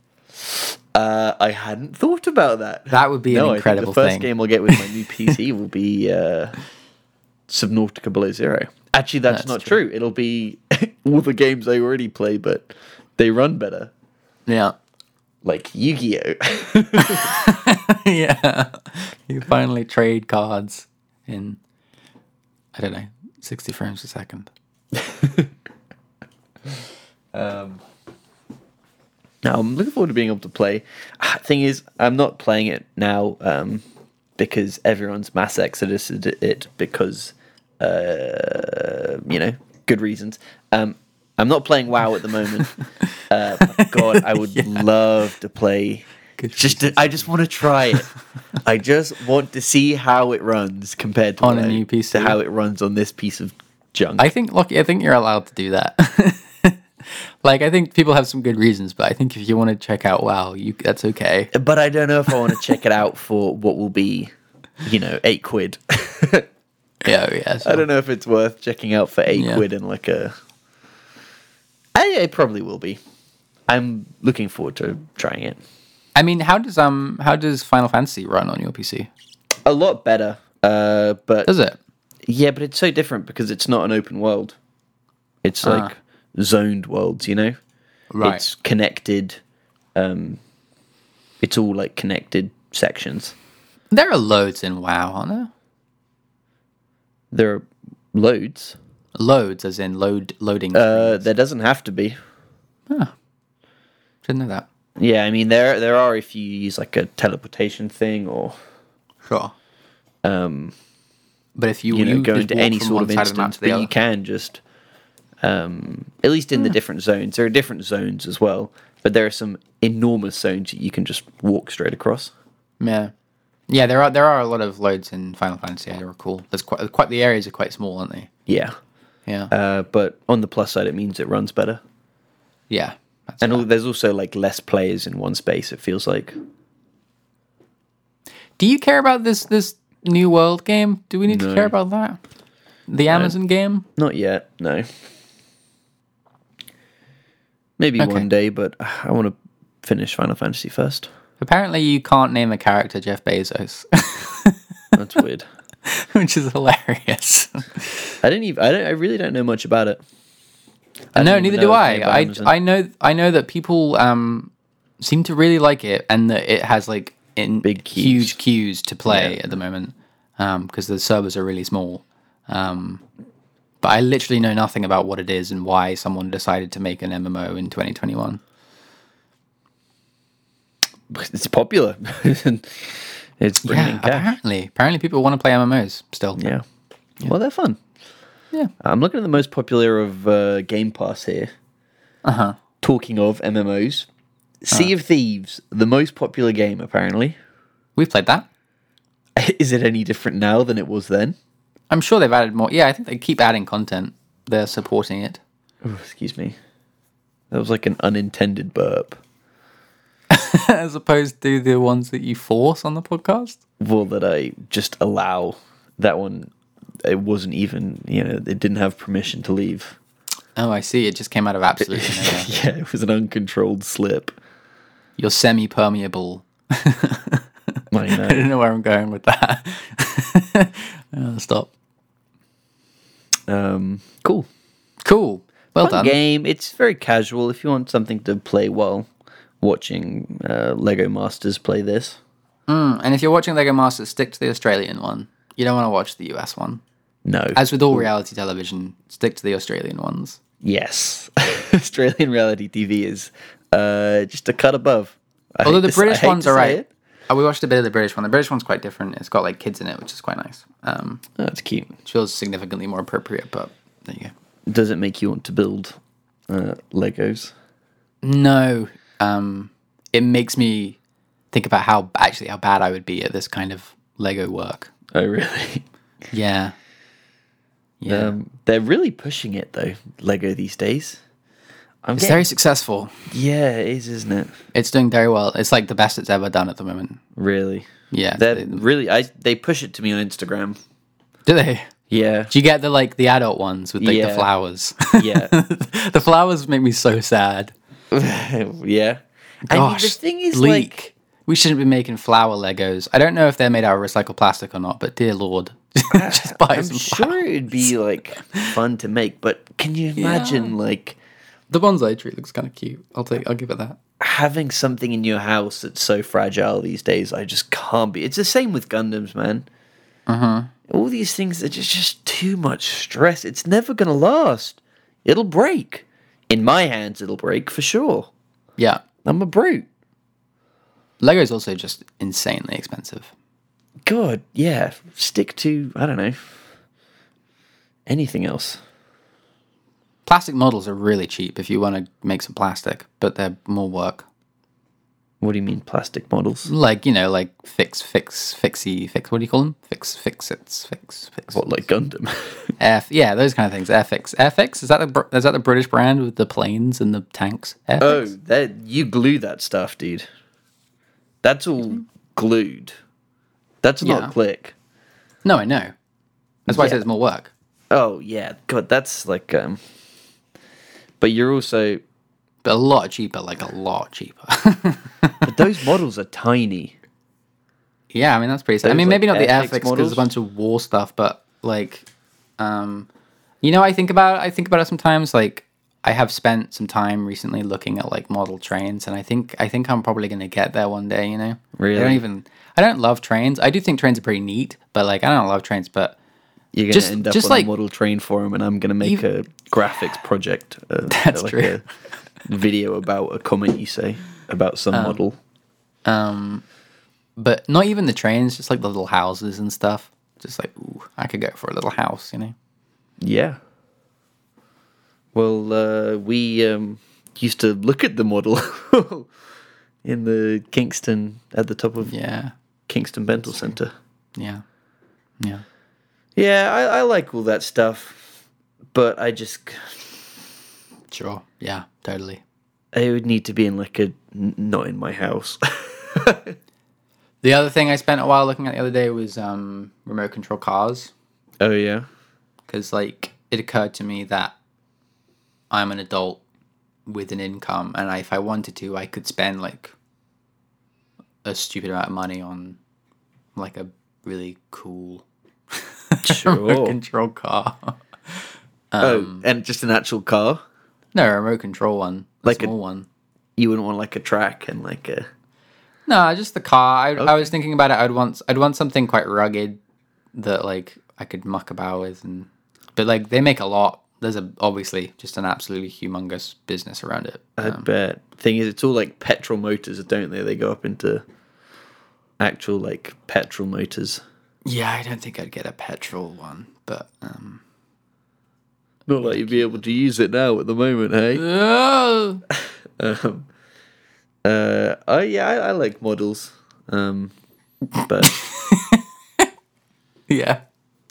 Uh, I hadn't thought about that.
That would be an incredible
I think the first
thing.
game I'll get with my new PC will be uh, Subnautica Below Zero. Actually, that's,
That's
not true. It'll be all the games I already play, but they run better,
Yeah.
like Yu-Gi-Oh.
yeah. You finally trade cards in, I don't know, 60 frames a second.
now I'm looking forward to being able to play. Ah, Thing is, I'm not playing it now um, because everyone's mass exodused it because uh, you know good reasons. Um, I'm not playing WoW at the moment. uh, but God, I would love to play.
Good
just, to, I just want to try it. I just want to see how it runs compared to
On
what
a
I-
new PC.
to how it runs on this piece of junk.
I think look, I think you're allowed to do that. like I think people have some good reasons, but I think if you want to check out WoW, you that's okay.
but I don't know if I want to check it out for what will be, you know, eight quid.
Yeah, yeah. so-
I don't know if it's worth checking out for eight
Yeah.
quid in like a. I, it probably will be. I'm looking forward to trying it.
I mean, how does um how does Final Fantasy run on your PC?
A lot better, uh, but
Does it?
yeah, but it's so different because it's not an open world. It's like zoned worlds, you know.
Ah. Right.
It's connected. Um, it's all like connected sections.
there are loads in WoW, aren't there?
There are loads.
Loads, as in load loading.
Uh,
screens.
there doesn't have to be.
Didn't know that.
Yeah, I mean there there are if you use like a teleportation thing or
Sure. Um, but if you
Um, you know go
just
into
walk
any
from
sort
one
of
side the map
instance,
to the
but
other. Hmm.
you can just um, at least in the different zones. There are different zones as well, but there are some enormous zones that you can just walk straight across.
Yeah, yeah. There are there are a lot of loads in Final Fantasy. I recall. There's quite quite the areas are quite small, aren't they?
Yeah,
Yeah,
uh, but on the plus side, it means it runs better,
yeah. That's
and al- there's also like less players in one space. It feels like
Do you care about this this New World game? Do we need to care about that? The
Uh,
Amazon game?
not yet. No, maybe
Okay.
one day, but uh, I want to finish Final Fantasy first.
Apparently, you can't name a character Jeff Bezos,
That's weird.
which is hilarious.
I didn't even. I don't. I really don't know much about it. I
no,
don't even
neither
know
do
a thing
I.
about
I,
Amazon.
I know I know that people um, seem to really like it, and that it has like in
Big queues.
huge queues to play at the moment because the servers are really small. Um, but I literally know nothing about what it is and why someone decided to make an MMO in 2021.
It's popular. it's bringing
Yeah,
in cash.
apparently, apparently people want to play MMOs still.
Yeah. Well, they're fun.
Yeah.
I'm looking at the most popular of uh, Game Pass here.
Uh huh.
Talking of MMOs,
Uh-huh.
Sea of Thieves, the most popular game apparently.
We've played that.
Is it any different now than it was then?
I'm sure they've added more. Yeah, I think they keep adding content. They're supporting it.
Oh, excuse me. That was like an unintended burp.
As opposed to the ones that you force on the podcast.
Well, that I just allow that one. It wasn't even, you know, it didn't have permission to leave.
Oh, I see. It just came out of absolutely nowhere.
yeah, it was an uncontrolled slip.
You're semi permeable.
I know.
I don't know where I'm going with that. Uh, stop.
Um, cool.
Cool. Well
Fun
done.
game. It's very casual. If you want something to play while watching uh, Lego Masters play this,
Mm, And if you're watching Lego Masters, stick to the Australian one. You don't want to watch the US one.
no.
As with all
Hmm.
reality television, stick to the Australian ones.
yes, Australian reality TV is uh, just a cut above. I hate
Although the
to s- I
British
hate
ones
to
are
say
right.
it.
Oh, we watched a bit of the British one. The British one's quite different. It's got like kids in it, which is quite nice. Um,
Oh, that's cute.
it feels significantly more appropriate, but there you go.
Does it make you want to build uh, Legos?
No, um, it makes me think about how actually how bad I would be at this kind of Lego work.
Oh, really?
Yeah, yeah.
Um, they're really pushing it though, Lego these days. I'm
it's
getting,
very successful.
yeah, it is, isn't it?
It's doing very well. It's like the best it's ever done at the moment.
Really,
Yeah.
they're
they-
really. I they push it to me on Instagram.
do they?
Yeah,
Do you get the like the adult ones with like the
Yeah.
flowers?
yeah.
the flowers make me so sad.
yeah. I mean,
Gosh,
the thing is,
bleak.
like,
we shouldn't be making flower Legos. I don't know if they're made out of recycled plastic or not, but dear lord, just buy
Uh, I'm
some.
sure it'd be like fun to make, but can you imagine like
The bonsai tree looks kind of cute. I'll take. I'll give it that.
having something in your house that's so fragile these days? I just can't be. It's the same with Gundams, man. Uh huh. All these things are just just too much stress. It's never gonna last. It'll break. In my hands, it'll break for sure.
Yeah,
I'm a brute.
Lego's also just insanely expensive.
God, yeah. Stick to I don't know anything else.
Plastic models are really cheap if you want to make some plastic, but they're more work.
What do you mean plastic models?
Like you know, like fix, fix, fixie, fix. What do you call them? Fix, fix, it's fix, fix.
What like Gundam?
F? Yeah, those kind of things. FX, FX. Is that the Br- is that the British brand with the planes and the tanks? FX?
oh, that you glue that stuff, dude. That's all glued. That's not
Yeah.
click.
no, I know. That's why I
Yeah.
said it's more work.
Oh yeah, God, that's like um. But you're also
but a lot cheaper, like a lot cheaper.
but those models are tiny.
yeah, I mean that's pretty. Sad. I
Those,
mean maybe
like,
not the
FX
FX because there's
models?
a bunch of war stuff, but like, um, you know, I think about I think about it sometimes. Like, I have spent some time recently looking at like model trains, and I think I think I'm probably gonna get there one day. You know, I don't
Really?
even. I don't love trains. I do think trains are pretty neat, but like I don't love trains. But
You're gonna
Just-
end up
just
on
like-
a model train forum, and I'm gonna make
Even-
a graphics project. uh
That's
like
true.
A video about a comment you say about some model.
um, but not even the trains, just like the little houses and stuff. Just like, ooh, I could go for a little house, you know.
Yeah. Well, uh, we um, used to look at the model in the Kingston at the top of
Yeah,
Kingston Bental Centre.
yeah, yeah.
Yeah, I, I like all that stuff, but I just
Sure. Yeah, totally.
I would need to be in like a n- not in my house.
The other thing I spent a while looking at the other day was um, remote control cars
oh yeah.
because like it occurred to me that I'm an adult with an income and I, if I wanted to, I could spend like a stupid amount of money on like a really cool remote
Sure.
control car.
oh, and just an actual car.
no, a remote control one, like
Like
a
a-
small one.
You wouldn't want like a track and like a
No, just the car. I, I was thinking about it. I'd want I'd want something quite rugged that like I could muck about with, and but like they make a lot. There's a obviously just an absolutely humongous business around it.
I bet. Thing is, it's all like petrol motors, don't they? They go up into actual like petrol motors.
Yeah, I don't think I'd get a petrol one, but um,
Not like you'd be able to use it now at the moment, hey? Uh, oh yeah, I, I like models, um, but
yeah,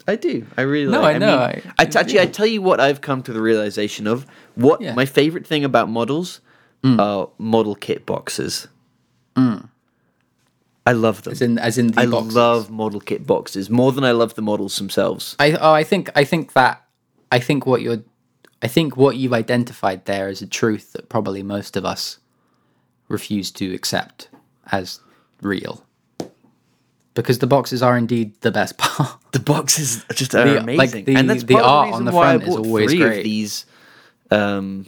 I do. I really.
No,
like,
I know,
mean,
I-
I t- actually, I tell you what, I've come to the realization of what
Yeah.
my favorite thing about models are model kit boxes. Mm. I love them.
as in as in the
I
boxes.
love model kit boxes more than I love the models themselves.
I oh, I think I think that I think what you're I think what you've identified there is a truth that probably most of us refuse to accept as real. Because the boxes are indeed the best part.
The boxes are just are
The-
amazing,
like, the-
and that's
the
part
art
of
on
the reason
the
why I
front is
bought
always
three
great.
of these. Um,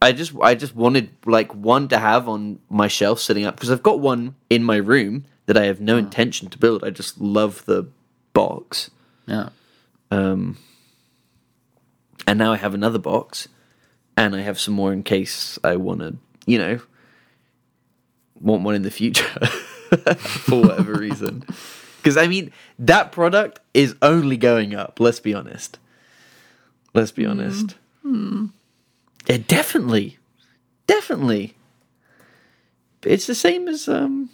I just I just wanted like one to have on my shelf sitting up because I've got one in my room that I have no intention to build. I just love the box,
Yeah.
and now I have another box, and I have some more in case I want to, you know, want one in the future for whatever reason. Because I mean, that product is only going up. Let's be honest. Let's be honest. Yeah, definitely, definitely. But it's the same as um,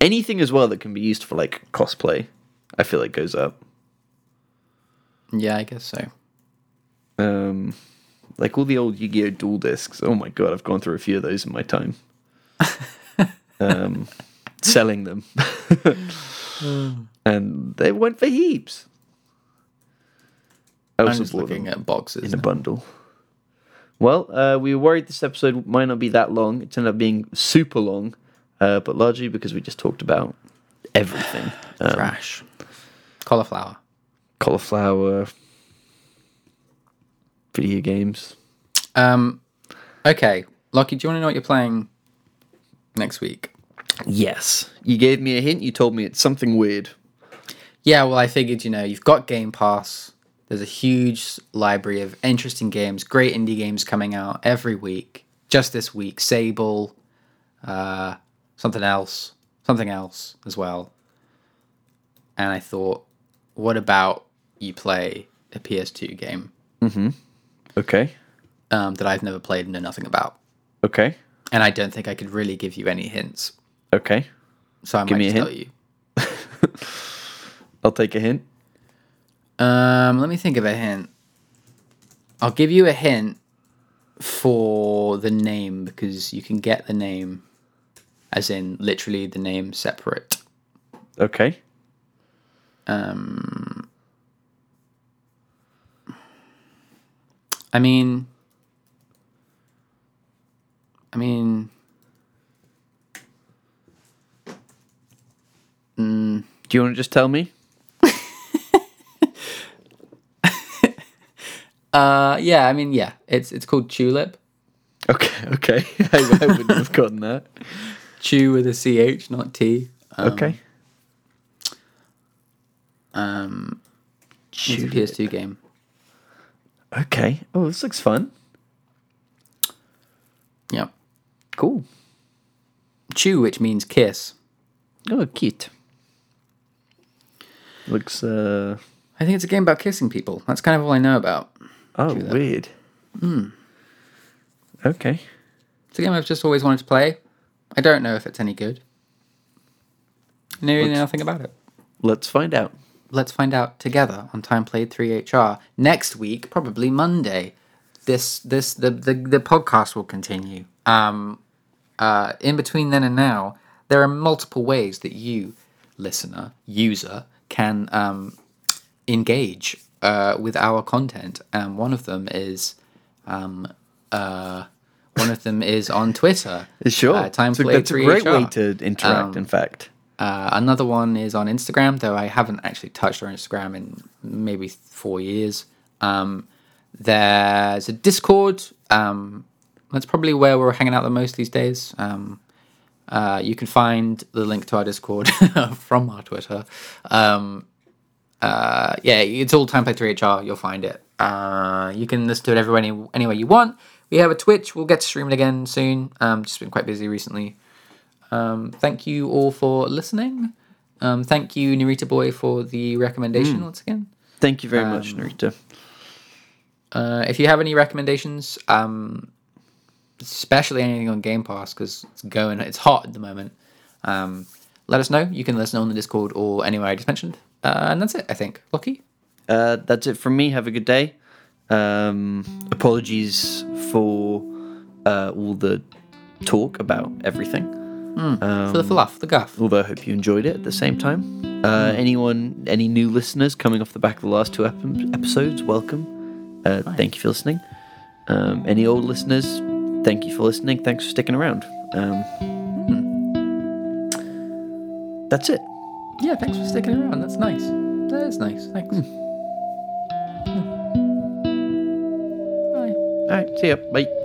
anything as well that can be used for like cosplay. I feel like goes up.
Yeah, I guess so.
um, like all the old Yu-Gi-Oh dual discs. Oh my god, I've gone through a few of those in my time. um, selling them,
Hmm.
and they went for heaps. I
I'm
also
just
bought them
looking at boxes.
in a bundle. Well, uh, we were worried this episode might not be that long. It ended up being super long, uh, but largely because we just talked about everything: um,
Trash. Cauliflower.
cauliflower, video games.
Um okay. Lucky, do you wanna know what you're playing next week?
Yes. You gave me a hint. You told me it's something weird.
Yeah, well, I figured, you know, you've got Game Pass. There's a huge library of interesting games, great indie games coming out every week. Just this week, Sable, uh, something else, something else as well. And I thought, what about you play a PS2 game
Okay.
um, that I've never played and know nothing about?
Okay.
and I don't think I could really give you any hints.
Okay.
So I
Give
might
me a
just
hint.
tell you.
I'll take a hint.
Um, let me think of a hint. I'll give you a hint for the name because you can get the name, as in literally the name separate.
Okay.
Um, I mean, I mean,
Do you want to just tell me?
uh, yeah, I mean, yeah. It's it's called Tulip.
Okay. Okay. I, I wouldn't have gotten that.
Chew with a C H, not T. Um,
Okay.
Um, it's a
Tulip.
PS2 game.
Okay. Oh, this looks fun.
Yep.
Cool.
Chew, which means kiss.
Oh, cute. Looks uh
I think it's a game about kissing people. That's kind of all I know about.
oh
that.
weird. Hmm. Okay.
It's a game I've just always wanted to play. I don't know if it's any good. I know nothing about it.
Let's find out.
Let's find out together on Time Played 3HR next week, probably Monday. This this the the, the podcast will continue. Um uh in between then and now, there are multiple ways that you, listener, user, can um engage uh with our content. And one of them is um uh one of them is on Twitter.
Sure.
Uh, time
So
played
that's a great
3HR.
way to Um, interact, in fact.
Uh, another one is on Instagram, though I haven't actually touched our Instagram in maybe four years. Um, there's a Discord. Um, that's probably where we're hanging out the most these days. Um, uh, you can find the link to our Discord from our Twitter. Um, uh, yeah, it's all time play 3HR. You'll find it. Uh, you can listen to it everywhere, any, anywhere you want. We have a Twitch. We'll get to streaming again soon. Um, just been quite busy recently thank you all for listening. Um, thank you, Narita Boy, for the recommendation once again.
Thank you very much, Narita.
Uh, if you have any recommendations, um, especially anything on Game Pass, because it's going, it's hot at the moment, um, let us know. You can listen on the Discord or anywhere I just mentioned. Uh, and that's it, I think. Lucky?
Uh, that's it from me. Have a good day. Um, apologies for uh, all the talk about everything.
for the fluff, the guff.
although I hope you enjoyed it at the same time. Uh, Anyone, any new listeners coming off the back of the last two ep- episodes, welcome. Uh, Thank you for listening. Um, any old listeners, thank you for listening. Thanks for sticking around. Um, That's it.
Yeah, thanks for sticking around. That's nice. Hmm. That is nice. Thanks. Yeah. Bye.
All right, see ya. Bye.